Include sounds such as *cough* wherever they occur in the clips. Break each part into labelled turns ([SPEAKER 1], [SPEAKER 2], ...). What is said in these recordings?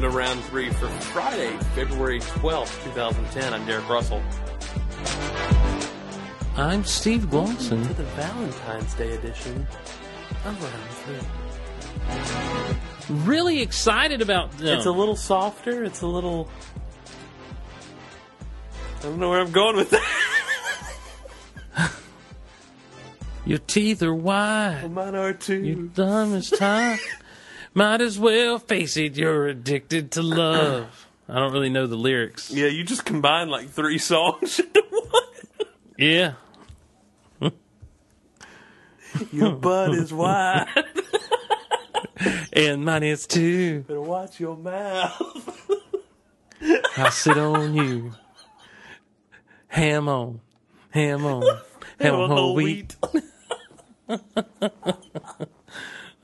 [SPEAKER 1] to round three for Friday, February 12th, 2010. I'm Derek Russell.
[SPEAKER 2] I'm Steve
[SPEAKER 1] To
[SPEAKER 2] Glosson.
[SPEAKER 1] the Valentine's Day edition of round three.
[SPEAKER 2] Really excited about them.
[SPEAKER 1] It's a little softer. It's a little. I don't know where I'm going with that.
[SPEAKER 2] Your teeth are wide.
[SPEAKER 1] Mine are
[SPEAKER 2] Your
[SPEAKER 1] too.
[SPEAKER 2] thumb is *laughs* tight. Might as well face it. You're addicted to love. I don't really know the lyrics.
[SPEAKER 1] Yeah, you just combined like three songs into one.
[SPEAKER 2] Yeah.
[SPEAKER 1] Your butt *laughs* is wide.
[SPEAKER 2] And mine is too.
[SPEAKER 1] Better watch your mouth. *laughs*
[SPEAKER 2] I sit on you. Ham on. *laughs* Ham on. Ham on whole wheat.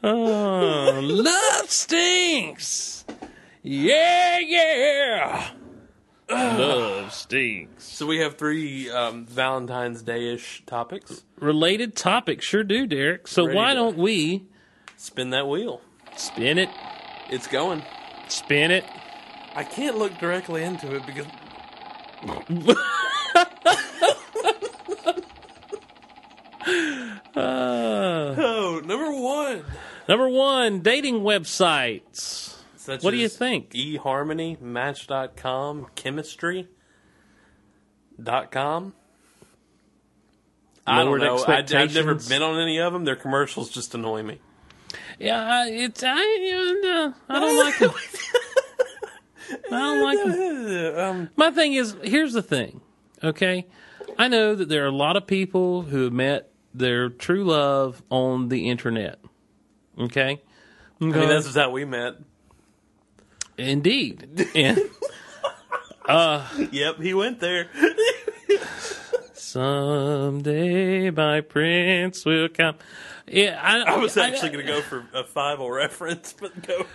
[SPEAKER 2] Oh, *laughs* love stinks. Yeah, yeah. love stinks.
[SPEAKER 1] So we have three um, Valentine's Day ish topics.
[SPEAKER 2] Related topics sure do, Derek. So
[SPEAKER 1] Ready
[SPEAKER 2] why
[SPEAKER 1] to-
[SPEAKER 2] don't we
[SPEAKER 1] Spin that wheel.
[SPEAKER 2] spin it,
[SPEAKER 1] It's going.
[SPEAKER 2] spin it? *laughs*
[SPEAKER 1] I can't look directly into it because
[SPEAKER 2] Uh,
[SPEAKER 1] oh, number one.
[SPEAKER 2] number one, dating websites.
[SPEAKER 1] Such
[SPEAKER 2] What do you
[SPEAKER 1] as
[SPEAKER 2] think?
[SPEAKER 1] eHarmony, Match.com, Chemistry.com. I don't
[SPEAKER 2] Lowered
[SPEAKER 1] know. I, I've never
[SPEAKER 2] expectations.
[SPEAKER 1] been on any of them. Their commercials just annoy *laughs* me.
[SPEAKER 2] Yeah, I- it's I. Uh, I
[SPEAKER 1] *laughs*
[SPEAKER 2] don't like them. I don't like them.
[SPEAKER 1] um,
[SPEAKER 2] My thing is, here's the thing, okay? I know that there are a lot of people who have met their true love on the internet, okay?
[SPEAKER 1] I mean, that's just how we met. *laughs*
[SPEAKER 2] Indeed. And
[SPEAKER 1] Yep, he went there. *laughs*
[SPEAKER 2] someday my prince will come. Yeah, I,
[SPEAKER 1] I was actually going to go for a Fivel reference, but go.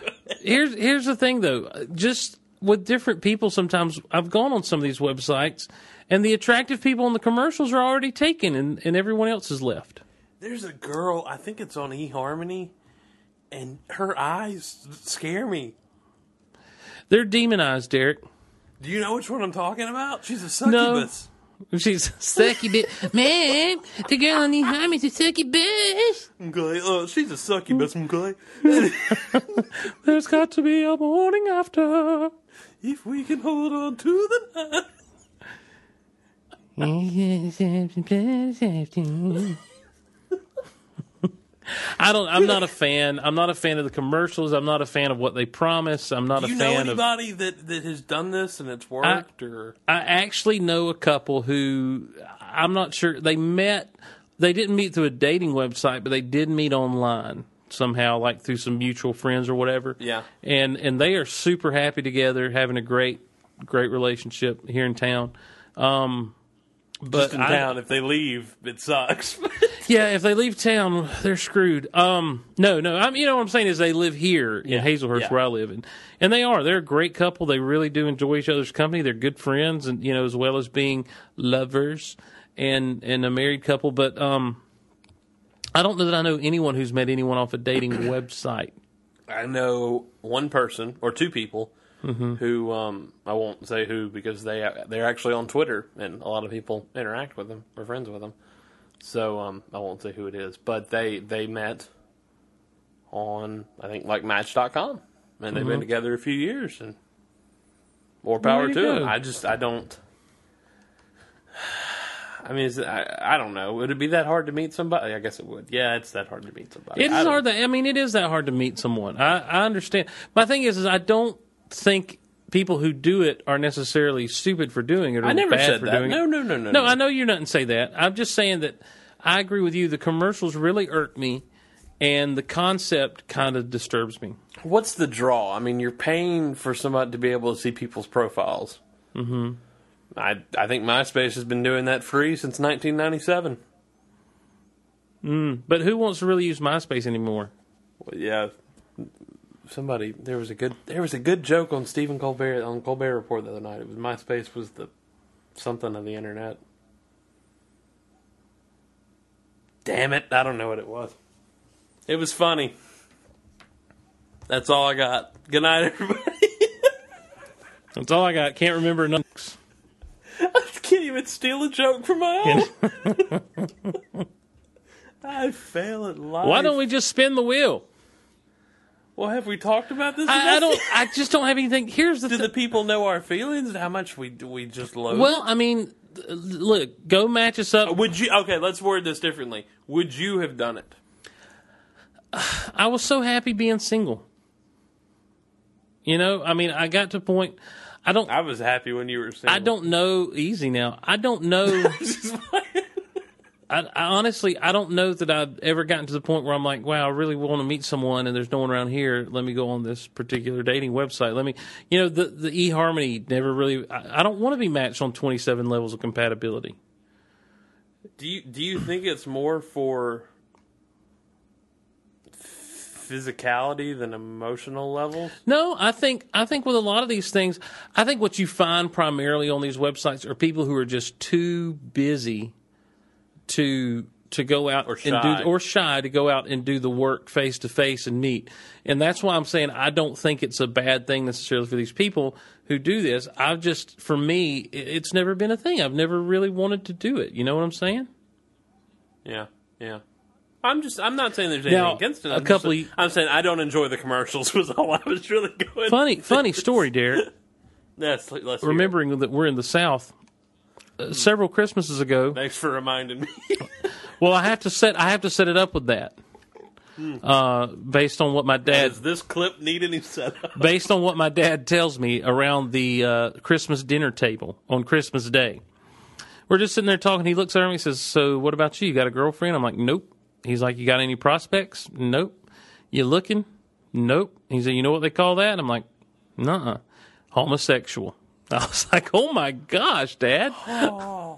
[SPEAKER 2] Here's here's the thing though, just with different people. Sometimes I've gone on some of these websites, and the attractive people on the commercials are already taken, and, and everyone else is left.
[SPEAKER 1] There's a girl. I think it's on eHarmony, and her eyes scare me.
[SPEAKER 2] They're demonized, Derek.
[SPEAKER 1] Do you know which one I'm talking about? She's a
[SPEAKER 2] No.
[SPEAKER 1] succubus.
[SPEAKER 2] She's a *laughs* sucky bitch. Man, the girl on the arm is a sucky bitch.
[SPEAKER 1] Okay, uh, she's a succubus. Okay,
[SPEAKER 2] There's got to be a morning *laughs* after.
[SPEAKER 1] if we can hold on to the night.
[SPEAKER 2] I don't. I'm not a fan. I'm not a fan of the commercials. I'm not a fan of what they promise. I'm not
[SPEAKER 1] Do you
[SPEAKER 2] a
[SPEAKER 1] know
[SPEAKER 2] fan of. I
[SPEAKER 1] anybody that that has done this and it's worked? or
[SPEAKER 2] actually know a couple who I'm not sure they met. They didn't meet through a dating website, but they did meet online somehow, like through some mutual friends or whatever.
[SPEAKER 1] Yeah.
[SPEAKER 2] And and they are super happy together, having a great great relationship here in town. Um, but
[SPEAKER 1] just in
[SPEAKER 2] I-
[SPEAKER 1] town, if they leave, it sucks. *laughs*
[SPEAKER 2] Yeah, if they leave town, they're screwed. Um, no, no, I'm, you know what I'm saying is they live here in Hazelhurst
[SPEAKER 1] yeah.
[SPEAKER 2] where I live, and and they are they're a great couple. They really do enjoy each other's company. They're good friends, and you know as well as being lovers and and a married couple. But um, I don't know that I know anyone who's met anyone off
[SPEAKER 1] *clears throat*
[SPEAKER 2] a dating website.
[SPEAKER 1] I know one person or two people
[SPEAKER 2] Mm-hmm.
[SPEAKER 1] who um, I won't say who because they they're actually on Twitter and a lot of people interact with them or friends with them. So um, I won't say who it is, but they they met on I think like Match.com and they've
[SPEAKER 2] Mm-hmm.
[SPEAKER 1] been together a few years and more power
[SPEAKER 2] to
[SPEAKER 1] to them.
[SPEAKER 2] go.
[SPEAKER 1] I just I don't. *sighs* I mean, is it, I, I don't know. Would it be that hard to meet somebody? I guess it would. Yeah, it's that hard to meet somebody.
[SPEAKER 2] It
[SPEAKER 1] I
[SPEAKER 2] is
[SPEAKER 1] don't-
[SPEAKER 2] hard. That, I mean, it is that hard to meet someone. I, I understand. My thing is, is I don't think people who do it are necessarily stupid for doing it. Or
[SPEAKER 1] I never
[SPEAKER 2] bad
[SPEAKER 1] said
[SPEAKER 2] for
[SPEAKER 1] that.
[SPEAKER 2] Doing
[SPEAKER 1] No,
[SPEAKER 2] it.
[SPEAKER 1] no, no, no,
[SPEAKER 2] No,
[SPEAKER 1] no.
[SPEAKER 2] I know you didn't say that. I'm just saying that I agree with you. The commercials really irk me, and the concept kind of disturbs me.
[SPEAKER 1] What's the draw? I mean, you're paying for somebody to be able to see people's profiles. Mm-hmm. I I think MySpace has been doing that free since 1997.
[SPEAKER 2] But who wants to really use MySpace anymore?
[SPEAKER 1] Well, yeah, somebody there was a good there was a good joke on Stephen Colbert on Colbert Report the other night. It was MySpace was the something of the internet. Damn it! I don't know what it was. It was funny. That's all I got. Good night, everybody. *laughs*
[SPEAKER 2] That's all I got. Can't remember enough.
[SPEAKER 1] I can't even steal a joke from my own. *laughs* I fail at life.
[SPEAKER 2] Why don't we just spin the wheel?
[SPEAKER 1] Well, have we talked about this?
[SPEAKER 2] I, I don't. I just don't have anything. Here's the
[SPEAKER 1] Do
[SPEAKER 2] thing.
[SPEAKER 1] the people know our feelings? How much we do we just load?
[SPEAKER 2] Well, I mean, th- look, go match us up.
[SPEAKER 1] would you? Okay, let's word this differently. Would you have done it?
[SPEAKER 2] I was so happy being single. You know, I mean, I got to a point. I don't.
[SPEAKER 1] I was happy when you were single.
[SPEAKER 2] I don't know. Easy now. I don't know. I, I honestly, I don't know that I've ever gotten to the point where I'm like, wow, I really want to meet someone, and there's no one around here. Let me go on this particular dating website. Let me, you know, the the eHarmony never really. I, I don't want to be matched on 27 levels of compatibility.
[SPEAKER 1] do you do you think it's more for physicality than emotional levels?
[SPEAKER 2] No, I think I think with a lot of these things, I think what you find primarily on these websites are people who are just too busy to to go out and
[SPEAKER 1] shy.
[SPEAKER 2] do or shy to go out and do the work face to face and meet. And that's why I'm saying I don't think it's a bad thing necessarily for these people who do this. I've just for me, it- it's never been a thing. I've never really wanted to do it. You know what I'm saying?
[SPEAKER 1] Yeah, yeah. I'm just. I'm not saying there's anything
[SPEAKER 2] Now,
[SPEAKER 1] against it.
[SPEAKER 2] a
[SPEAKER 1] I'm just-
[SPEAKER 2] couple of-
[SPEAKER 1] I'm saying I don't enjoy the commercials. *laughs* Was all I was really going.
[SPEAKER 2] Funny funny story, Derek.
[SPEAKER 1] Yes, let- let's hear it.
[SPEAKER 2] Remembering that we're in the South, uh, several Christmases ago,
[SPEAKER 1] Thanks for reminding me.
[SPEAKER 2] Well, I have to set I have to set it up with that. Uh, based on what my dad,
[SPEAKER 1] Does this clip need any setup?
[SPEAKER 2] based on what my dad tells me around the uh, Christmas dinner table on Christmas Day, we're just sitting there talking. He looks over me and says, "So, what about you? You got a girlfriend?" I'm like, "Nope." He's like, "You got any prospects?" Nope. You looking? Nope. He said, "You know what they call that?" I'm like, "Nuh-uh." Homosexual. *laughs* I was like, "Oh my gosh, Dad." *laughs*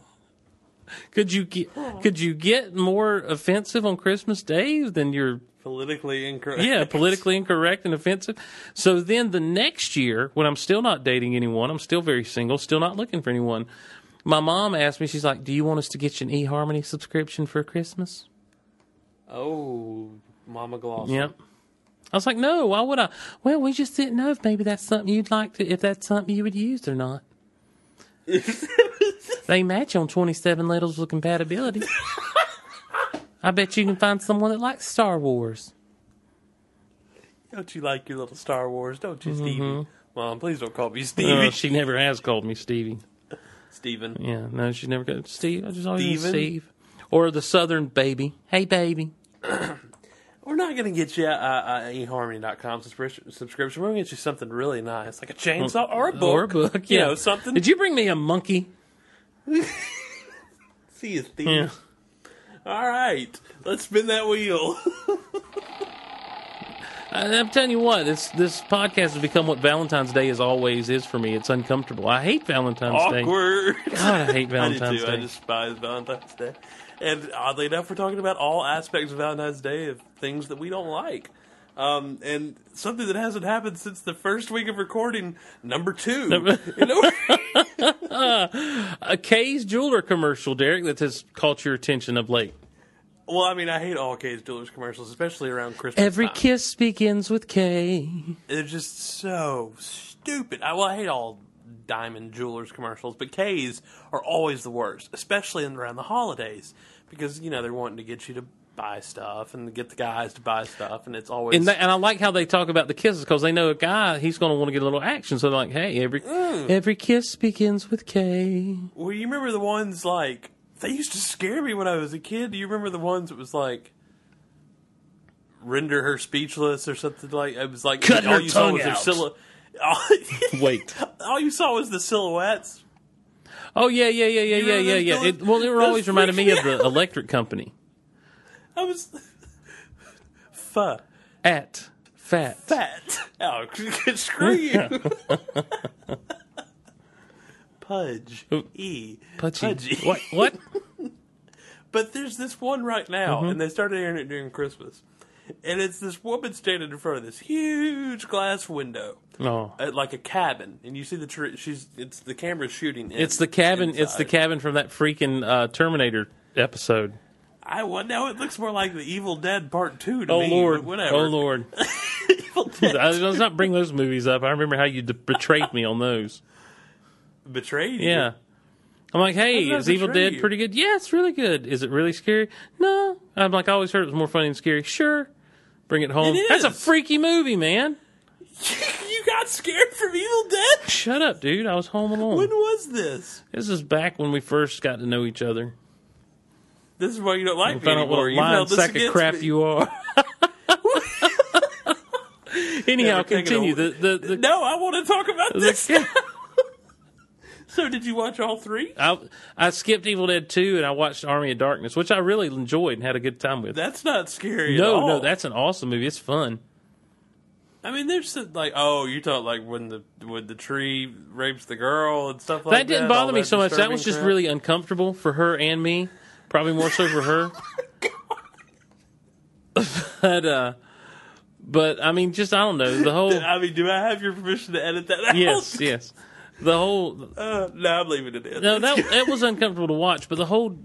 [SPEAKER 2] Could you get could you get more offensive on Christmas Day than your
[SPEAKER 1] *laughs* Politically incorrect.
[SPEAKER 2] yeah politically incorrect and offensive? So then the next year, when I'm still not dating anyone, I'm still very single, still not looking for anyone. My mom asked me, she's like, "Do you want us to get you an eHarmony subscription for Christmas?"
[SPEAKER 1] Oh, Mama Gloss.
[SPEAKER 2] Yep. I was like, "No, why would I?" Well, we just didn't know if maybe that's something you'd like to, if that's something you would use or not. they match on twenty-seven levels of compatibility. I bet you can find someone that likes Star Wars.
[SPEAKER 1] Don't you like your little Star Wars? Don't you, Stevie?
[SPEAKER 2] Mm-hmm.
[SPEAKER 1] Mom, please don't call me Stevie.
[SPEAKER 2] Oh, she never has called me Stevie.
[SPEAKER 1] *laughs* Steven.
[SPEAKER 2] Yeah, no, she's never called Steve. I just always been
[SPEAKER 1] Steven?
[SPEAKER 2] Steve. Or the Southern baby. Hey, baby.
[SPEAKER 1] We're not going to get you a, a, a eHarmony.com subscription. subscription. We're going to get you something really nice, like a chainsaw or a book.
[SPEAKER 2] Mm. Or a book.
[SPEAKER 1] You
[SPEAKER 2] Yeah.
[SPEAKER 1] know, something.
[SPEAKER 2] Did you bring me a monkey?
[SPEAKER 1] See you, Steve.
[SPEAKER 2] Yeah.
[SPEAKER 1] All right. Let's spin that wheel. *laughs*
[SPEAKER 2] I- I'm telling you what, this this podcast has become what Valentine's Day is always is for me. It's uncomfortable. I hate Valentine's Day.
[SPEAKER 1] Awkward. *laughs*
[SPEAKER 2] God, I hate
[SPEAKER 1] I do too.
[SPEAKER 2] Valentine's
[SPEAKER 1] I
[SPEAKER 2] Day.
[SPEAKER 1] despise Valentine's Day. And oddly enough, we're talking about all aspects of Valentine's Day of things that we don't like. Um, and something that hasn't happened since the first week of recording, number two. You know,
[SPEAKER 2] A Kay's jeweler commercial, Derek, that has caught your attention of late.
[SPEAKER 1] *laughs* well, I mean, I hate all K's Jewelers commercials, especially around Christmas.
[SPEAKER 2] Every
[SPEAKER 1] time.
[SPEAKER 2] kiss begins with K.
[SPEAKER 1] They're just so stupid. I, well, I hate all diamond jewelers commercials, but K's are always the worst, especially in, around the holidays because you know they're wanting to get you to buy stuff and to get the guys to buy stuff, and it's always
[SPEAKER 2] And, that, and I like how they talk about the kisses because they know a guy he's going to want to get a little action. So they're like, "Hey, every
[SPEAKER 1] Mm.
[SPEAKER 2] every kiss begins with K."
[SPEAKER 1] Well, you remember the ones like they used to scare me when I was a kid. Do you remember the ones that was like render her speechless or something like it was like
[SPEAKER 2] Cut
[SPEAKER 1] all
[SPEAKER 2] her
[SPEAKER 1] you saw
[SPEAKER 2] tongue
[SPEAKER 1] was their
[SPEAKER 2] out.
[SPEAKER 1] silhou- all,
[SPEAKER 2] Wait.
[SPEAKER 1] *laughs* all you saw was the silhouettes.
[SPEAKER 2] Oh yeah, yeah, yeah, yeah, yeah,
[SPEAKER 1] remember
[SPEAKER 2] yeah, yeah.
[SPEAKER 1] those
[SPEAKER 2] It, well, it
[SPEAKER 1] those
[SPEAKER 2] always reminded me of
[SPEAKER 1] freaking-
[SPEAKER 2] the electric company
[SPEAKER 1] I was *laughs* fuck.
[SPEAKER 2] at fat.
[SPEAKER 1] Fat. Oh, *laughs* screw
[SPEAKER 2] *laughs*
[SPEAKER 1] you. Pudge. E.
[SPEAKER 2] Oh. Pudgy.
[SPEAKER 1] Pudgy.
[SPEAKER 2] What?
[SPEAKER 1] *laughs*
[SPEAKER 2] What?
[SPEAKER 1] But there's this one right now,
[SPEAKER 2] Mm-hmm.
[SPEAKER 1] and they started airing it during Christmas. And it's this woman standing in front of this huge glass window,
[SPEAKER 2] No.
[SPEAKER 1] at like a cabin, and you see the tree. She's it's the camera's shooting. in-
[SPEAKER 2] It's the cabin. It's the
[SPEAKER 1] inside.
[SPEAKER 2] cabin from that freaking uh, Terminator episode.
[SPEAKER 1] I well, now it looks more like the Evil Dead Part Two to
[SPEAKER 2] Oh
[SPEAKER 1] me.
[SPEAKER 2] Lord!
[SPEAKER 1] but whatever.
[SPEAKER 2] Oh Lord!
[SPEAKER 1] *laughs* Evil Dead.
[SPEAKER 2] I- Let's not bring those movies up. I remember how you de- betrayed me on those.
[SPEAKER 1] Betrayed. you.
[SPEAKER 2] Yeah. I'm like, hey,
[SPEAKER 1] How did I
[SPEAKER 2] is Evil
[SPEAKER 1] betray
[SPEAKER 2] Dead
[SPEAKER 1] you?
[SPEAKER 2] pretty good? Yeah, it's really good. Is it really scary? No. I'm like, I always heard it was more funny than scary. Sure. Bring it home.
[SPEAKER 1] It
[SPEAKER 2] That's a
[SPEAKER 1] is.
[SPEAKER 2] freaky movie, man.
[SPEAKER 1] *laughs* you got scared from Evil Dead.
[SPEAKER 2] Shut up, dude. I was home alone.
[SPEAKER 1] When was this?
[SPEAKER 2] this is back when we first got to know each other.
[SPEAKER 1] This is why you don't like me
[SPEAKER 2] Found out what
[SPEAKER 1] anymore.
[SPEAKER 2] a
[SPEAKER 1] You
[SPEAKER 2] lying
[SPEAKER 1] held this
[SPEAKER 2] sack of
[SPEAKER 1] against
[SPEAKER 2] crap
[SPEAKER 1] me. *laughs*
[SPEAKER 2] you are. Anyhow,
[SPEAKER 1] we're taking
[SPEAKER 2] continue.
[SPEAKER 1] a-
[SPEAKER 2] The, the, the,
[SPEAKER 1] No, I want to talk about this.
[SPEAKER 2] the,
[SPEAKER 1] So, did you watch all three?
[SPEAKER 2] *laughs* I, I skipped Evil Dead 2 and I watched Army of Darkness, which I really enjoyed and had a good time with.
[SPEAKER 1] That's not scary. at
[SPEAKER 2] no,
[SPEAKER 1] all.
[SPEAKER 2] no, that's an awesome movie. It's fun.
[SPEAKER 1] I mean, there's some, like, oh, you thought like when the when the tree rapes the girl and stuff like that.
[SPEAKER 2] that didn't
[SPEAKER 1] all
[SPEAKER 2] bother me so much. That
[SPEAKER 1] disturbing
[SPEAKER 2] was just
[SPEAKER 1] crap. Oh
[SPEAKER 2] really uncomfortable for her and me. Probably more so
[SPEAKER 1] *laughs*
[SPEAKER 2] for her. *laughs* but uh but I mean just I don't know, the whole
[SPEAKER 1] *laughs* I mean, do I have your permission to edit that out?
[SPEAKER 2] Yes, yes. The whole
[SPEAKER 1] *laughs* Uh, no, I'm leaving it in.
[SPEAKER 2] no, *laughs* that that was uncomfortable to watch, but the whole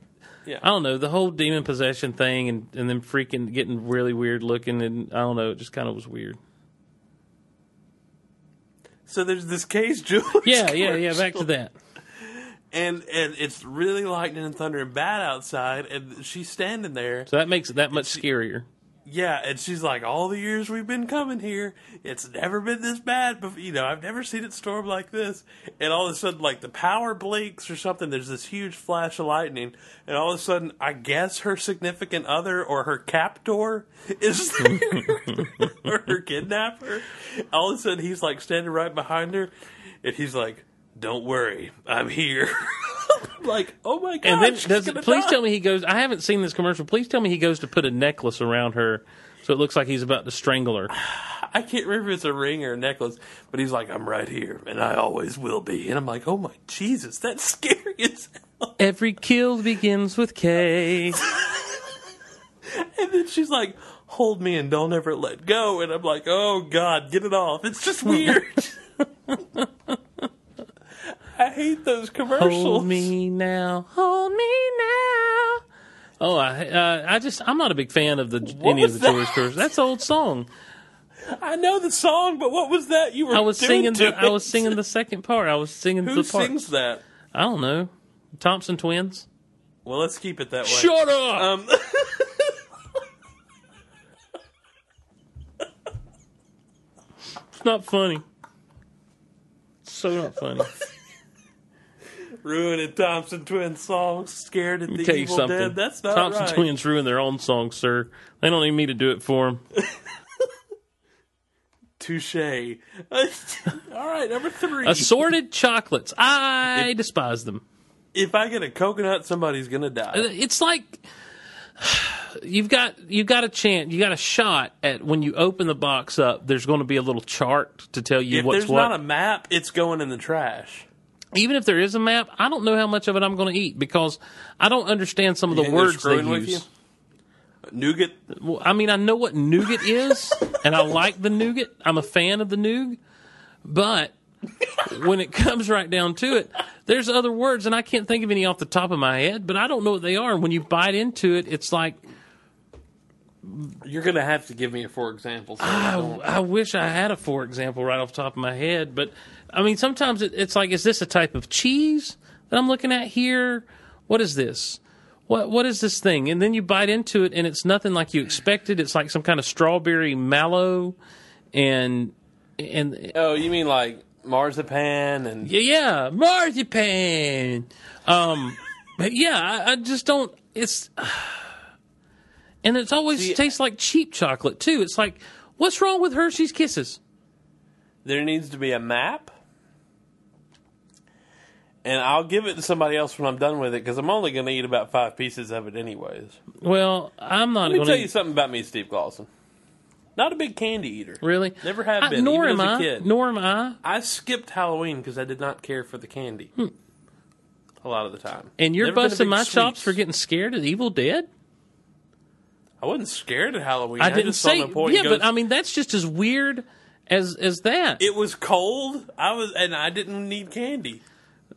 [SPEAKER 1] Yeah.
[SPEAKER 2] I don't know, the whole demon possession thing and, and then freaking getting really weird looking and I don't know, it just kinda was weird.
[SPEAKER 1] So there's this case, *laughs* Jules.
[SPEAKER 2] Yeah, yeah, yeah, back to that.
[SPEAKER 1] And and it's really lightning and thunder and bad outside, and she's standing there.
[SPEAKER 2] So that makes it that much scarier.
[SPEAKER 1] Yeah, and she's like, all the years we've been coming here, it's never been this bad. But you know, I've never seen it storm like this. And all of a sudden, like the power blinks or something. There's this huge flash of lightning, and all of a sudden, I guess her significant other or her captor *laughs* is there, or her kidnapper. All of a sudden, he's like standing right behind her, and he's like, "Don't worry, I'm here." *laughs* like, oh my god!
[SPEAKER 2] And then
[SPEAKER 1] she's
[SPEAKER 2] does
[SPEAKER 1] gonna
[SPEAKER 2] please
[SPEAKER 1] die.
[SPEAKER 2] tell me he goes I haven't seen this commercial. Please tell me he goes to put a necklace around her so it looks like he's about to strangle her.
[SPEAKER 1] I can't remember if it's a ring or a necklace, but he's like, I'm right here, and I always will be. And I'm like, oh my Jesus, that's *laughs* scary as hell.
[SPEAKER 2] Every kill begins with K.
[SPEAKER 1] And then she's like, hold me and don't ever let go. And I'm like, oh God, get it off. It's
[SPEAKER 2] *laughs*
[SPEAKER 1] just weird. *laughs* I hate those commercials.
[SPEAKER 2] Hold me now. Hold me now. Oh, I uh, I just I'm not a big fan of the any of
[SPEAKER 1] was
[SPEAKER 2] the Jewish
[SPEAKER 1] that?
[SPEAKER 2] curves. That's an old song.
[SPEAKER 1] I know the song, but what was that you were
[SPEAKER 2] I was
[SPEAKER 1] doing
[SPEAKER 2] singing
[SPEAKER 1] to
[SPEAKER 2] the, I
[SPEAKER 1] it?
[SPEAKER 2] was singing the second part. I was singing
[SPEAKER 1] Who
[SPEAKER 2] the part.
[SPEAKER 1] sings that?
[SPEAKER 2] I don't know. Thompson Twins. Uh,
[SPEAKER 1] Well, let's keep it that way.
[SPEAKER 2] Shut up.
[SPEAKER 1] Um, *laughs*
[SPEAKER 2] It's not funny. So not funny.
[SPEAKER 1] ruining Thompson Twins songs, scared at *laughs* the
[SPEAKER 2] tell you
[SPEAKER 1] evil
[SPEAKER 2] something.
[SPEAKER 1] dead. That's not
[SPEAKER 2] Thompson
[SPEAKER 1] right.
[SPEAKER 2] Twins ruined their own song, sir. They don't need me to do it for
[SPEAKER 1] *laughs*
[SPEAKER 2] them.
[SPEAKER 1] Touche. *laughs* All right, number three.
[SPEAKER 2] Assorted chocolates. I despise them.
[SPEAKER 1] if I get a coconut, somebody's gonna die.
[SPEAKER 2] It's like you've got you've got a chance, you got a shot at when you open the box up. There's going to be a little chart to tell you
[SPEAKER 1] If
[SPEAKER 2] what's
[SPEAKER 1] there's
[SPEAKER 2] what.
[SPEAKER 1] not a map, it's going in the trash.
[SPEAKER 2] Even if there is a map, I don't know how much of it I'm going to eat because I don't understand some of the
[SPEAKER 1] think they're
[SPEAKER 2] words they
[SPEAKER 1] screwing with
[SPEAKER 2] use.
[SPEAKER 1] Nougat.
[SPEAKER 2] Well, I mean, I know what nougat
[SPEAKER 1] *laughs*
[SPEAKER 2] is, and I like the nougat. I'm a fan of the noug, but when it comes right down to it, there's other words, and I can't think of any off the top of my head, but I don't know what they are. And when you bite into it, it's like
[SPEAKER 1] You're gonna have to give me a for example. So
[SPEAKER 2] I, I wish I had a for example right off the top of my head, but I mean, sometimes it, it's like, is this a type of cheese that I'm looking at here? What is this? What what is this thing? And then you bite into it, and it's nothing like you expected. It's like some kind of strawberry mallow, and and
[SPEAKER 1] oh, you mean like marzipan and
[SPEAKER 2] yeah, yeah marzipan. Um, but yeah, I, I just don't. It's and it's always tastes like cheap chocolate too. It's like, what's wrong with Hershey's Kisses?
[SPEAKER 1] there needs to be a map. And I'll give it to somebody else when I'm done with it because I'm only going to eat about five pieces of it anyways.
[SPEAKER 2] Well, I'm not
[SPEAKER 1] Let me
[SPEAKER 2] going
[SPEAKER 1] tell you
[SPEAKER 2] to
[SPEAKER 1] something about me, Steve Clausen. Not a big candy eater.
[SPEAKER 2] really.
[SPEAKER 1] Never have
[SPEAKER 2] I-
[SPEAKER 1] been,
[SPEAKER 2] nor
[SPEAKER 1] even
[SPEAKER 2] am
[SPEAKER 1] as a
[SPEAKER 2] I.
[SPEAKER 1] kid.
[SPEAKER 2] Nor am I.
[SPEAKER 1] I skipped Halloween because I did not care for the candy. A lot of the time.
[SPEAKER 2] Hmm. And you're
[SPEAKER 1] Never been a
[SPEAKER 2] busting
[SPEAKER 1] big
[SPEAKER 2] my
[SPEAKER 1] sweets.
[SPEAKER 2] chops for getting scared of Evil Dead.
[SPEAKER 1] I wasn't scared at Halloween.
[SPEAKER 2] I didn't
[SPEAKER 1] just saw
[SPEAKER 2] say.
[SPEAKER 1] no point in
[SPEAKER 2] Yeah,
[SPEAKER 1] going-
[SPEAKER 2] but I mean that's just as weird as as that.
[SPEAKER 1] it was cold. I was, and I didn't need candy.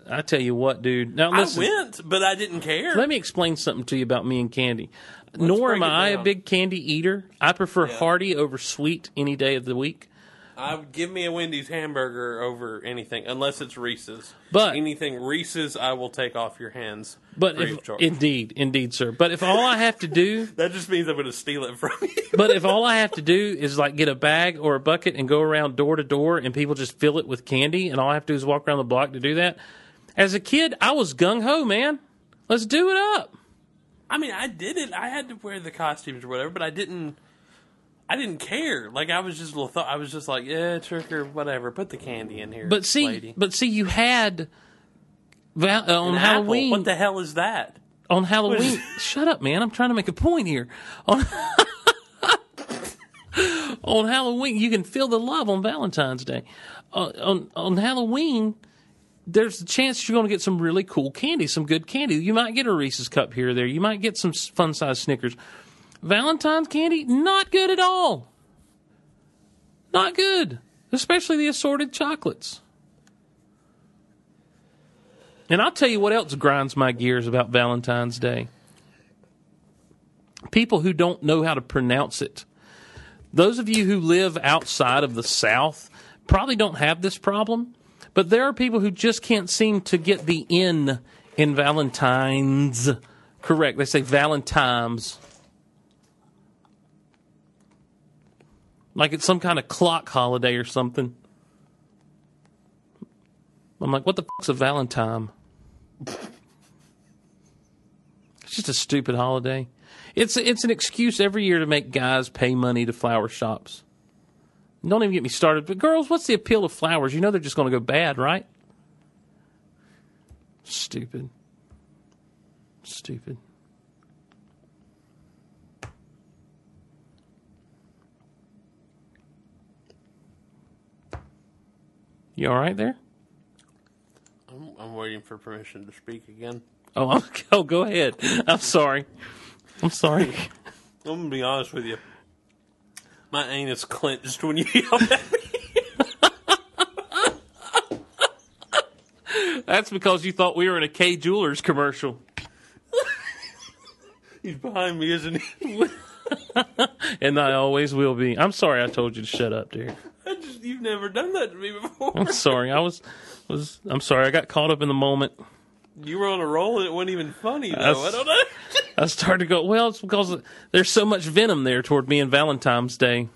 [SPEAKER 2] I tell you what, dude. Now listen.
[SPEAKER 1] I went, but I didn't care.
[SPEAKER 2] Let me explain something to you about me and candy. Nor
[SPEAKER 1] break
[SPEAKER 2] am
[SPEAKER 1] it
[SPEAKER 2] I a
[SPEAKER 1] down.
[SPEAKER 2] big candy eater. I prefer
[SPEAKER 1] Yeah.
[SPEAKER 2] hearty over sweet any day of the week.
[SPEAKER 1] I would give me a Wendy's hamburger over anything, unless it's Reese's.
[SPEAKER 2] But-
[SPEAKER 1] anything Reese's, I will take off your hands.
[SPEAKER 2] But
[SPEAKER 1] free
[SPEAKER 2] if,
[SPEAKER 1] of charge.
[SPEAKER 2] indeed, indeed, sir. But if all I have
[SPEAKER 1] *laughs*
[SPEAKER 2] to do,
[SPEAKER 1] that just means I'm going to steal it from *laughs* you.
[SPEAKER 2] but if all I have to do is like get a bag or a bucket and go around door to door and people just fill it with candy and all I have to do is walk around the block to do that. As a kid, I was gung ho, man. Let's do it up.
[SPEAKER 1] I mean, I did it. I had to wear the costumes or whatever, but I didn't. I didn't care. Like I was just, litho- I was just like, yeah, trick or whatever. Put the candy in here,
[SPEAKER 2] But see,
[SPEAKER 1] lady.
[SPEAKER 2] but see, you had val- uh, on
[SPEAKER 1] An apple.
[SPEAKER 2] Halloween.
[SPEAKER 1] What the hell is that?
[SPEAKER 2] on Halloween. shut up, man. I'm trying to make a point here. On, *laughs* on Halloween, you can feel the love on Valentine's Day. Uh, on on Halloween, there's a chance you're going to get some really cool candy, some good candy. You might get a Reese's cup here or there. You might get some fun sized Snickers. Valentine's candy, not good at all. Not good, especially the assorted chocolates. And I'll tell you what else grinds my gears about Valentine's Day. People who don't know how to pronounce it. Those of you who live outside of the South probably don't have this problem, but there are people who just can't seem to get the N in Valentine's correct. They say Valentine's. Like it's some kind of clock holiday or something. I'm like, what the fuck's a Valentine? it's just a stupid holiday. It's it's an excuse every year to make guys pay money to flower shops. Don't even get me started. But girls, what's the appeal of flowers? You know they're just going to go bad, right? Stupid. Stupid. You all right there?
[SPEAKER 1] I'm, I'm waiting for permission to speak again.
[SPEAKER 2] Oh, *laughs* I'm, oh, go ahead. I'm sorry. I'm sorry.
[SPEAKER 1] I'm gonna be honest with you. My anus clenched when you *laughs* yelled at me.
[SPEAKER 2] That's because you thought we were in a K Jewelers commercial.
[SPEAKER 1] He's behind me, isn't he?
[SPEAKER 2] And I always will be. I'm sorry I told you to shut up, dear.
[SPEAKER 1] I just, you've never done that to me before.
[SPEAKER 2] *laughs* I'm sorry. I was was I'm sorry. I got caught up in the moment.
[SPEAKER 1] You were on a roll and it wasn't even funny, though.
[SPEAKER 2] That's-
[SPEAKER 1] I don't know. *laughs*
[SPEAKER 2] I started to go, well, it's because there's so much venom there toward me and Valentine's Day.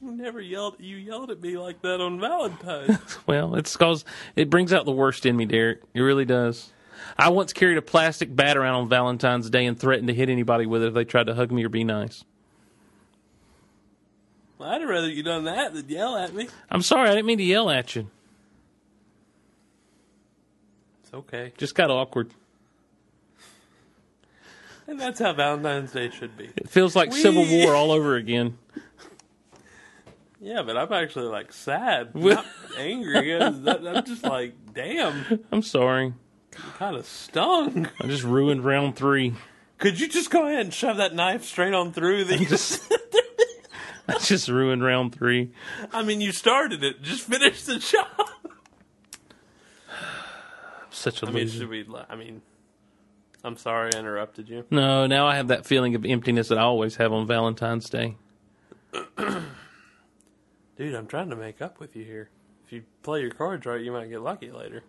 [SPEAKER 1] You never yelled. You yelled at me like that on Valentine's.
[SPEAKER 2] Well, it's because it brings out the worst in me, Derek. It really does. I once carried a plastic bat around on Valentine's Day and threatened to hit anybody with it if they tried to hug me or be nice.
[SPEAKER 1] I'd rather you done that than yell at me.
[SPEAKER 2] I'm sorry. I didn't mean to yell at you.
[SPEAKER 1] It's okay.
[SPEAKER 2] Just got awkward.
[SPEAKER 1] And that's how Valentine's Day should be.
[SPEAKER 2] It feels like Civil
[SPEAKER 1] Whee!
[SPEAKER 2] War all over again.
[SPEAKER 1] Yeah, but I'm actually like sad, not angry. I'm just like, damn,
[SPEAKER 2] I'm sorry.
[SPEAKER 1] kind of stung.
[SPEAKER 2] I just ruined round three.
[SPEAKER 1] Could you just go ahead and shove that knife straight on through? That you *laughs* just,
[SPEAKER 2] I just ruined round three.
[SPEAKER 1] I mean, you started it. Just finish the job.
[SPEAKER 2] I'm such a
[SPEAKER 1] I mean,
[SPEAKER 2] loser.
[SPEAKER 1] should we? I mean, I'm sorry I interrupted you.
[SPEAKER 2] No, now I have that feeling of emptiness that I always have on Valentine's Day.
[SPEAKER 1] Dude, I'm trying to make up with you here. If you play your cards right, you might get lucky later.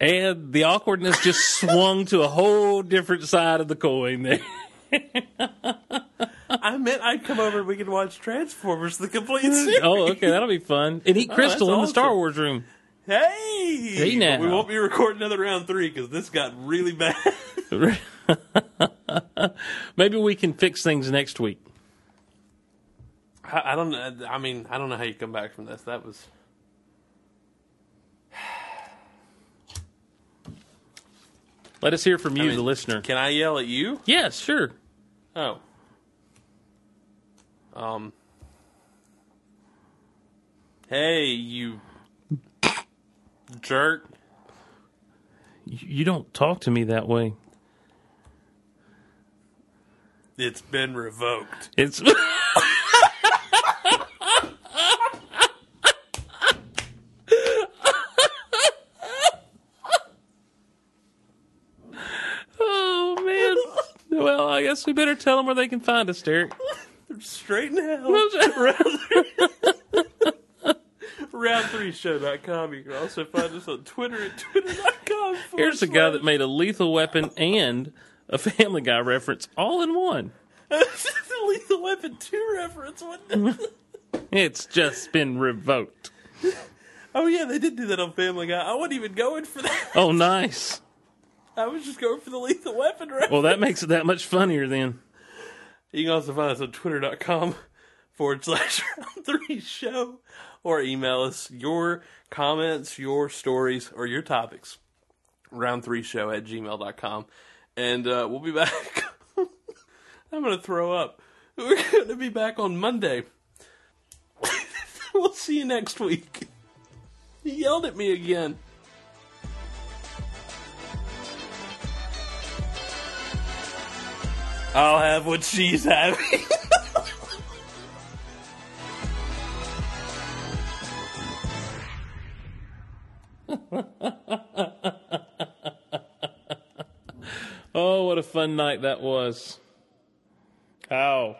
[SPEAKER 2] And the
[SPEAKER 1] *laughs*
[SPEAKER 2] awkwardness just swung to a whole different side of the coin there.
[SPEAKER 1] I meant I'd come over and we could watch Transformers: The Complete *laughs* Series.
[SPEAKER 2] Oh, okay, that'll be fun. And eat crystal in the
[SPEAKER 1] Oh, awesome.
[SPEAKER 2] Star Wars room. *laughs*
[SPEAKER 1] Hey,
[SPEAKER 2] Hey now.
[SPEAKER 1] we won't be recording another round three because this got really bad. *laughs*
[SPEAKER 2] Maybe we can fix things next week.
[SPEAKER 1] I, I don't. know- I mean, I don't know how you come back from this. That was.
[SPEAKER 2] Let us hear from you,
[SPEAKER 1] mean,
[SPEAKER 2] the listener.
[SPEAKER 1] Can I yell at you?
[SPEAKER 2] Yes, sure.
[SPEAKER 1] Oh. Um. Hey, you jerk!
[SPEAKER 2] You you don't talk to me that way. *laughs*
[SPEAKER 1] It's been revoked.
[SPEAKER 2] It's Oh, I guess we better tell them where they can find us, Derek.
[SPEAKER 1] Straight *laughs* now. Round3show.com. You can also find us on Twitter at twitter.com.
[SPEAKER 2] Here's a guy that made a lethal weapon and a Family Guy reference all in one.
[SPEAKER 1] This is a *laughs* Lethal Weapon 2 reference. What
[SPEAKER 2] Mm-hmm.
[SPEAKER 1] the-
[SPEAKER 2] It's just been revoked.
[SPEAKER 1] *laughs* oh, yeah, they did do that on Family Guy. I wasn't even going for that.
[SPEAKER 2] Oh, nice.
[SPEAKER 1] I was just going for the Lethal Weapon reference.
[SPEAKER 2] Well, that makes it that much funnier then.
[SPEAKER 1] You can also find us on twitter.com *laughs* forward slash *laughs* round three show or email us your comments, your stories, or your topics. Round three show at gmail.com. And uh, we'll be *laughs* back. I'm going to throw up. *laughs* We're going to be back on Monday. *laughs* we'll see you next week. He yelled at me again. I'll have what she's having.
[SPEAKER 2] Oh, what a fun night that was. Ow.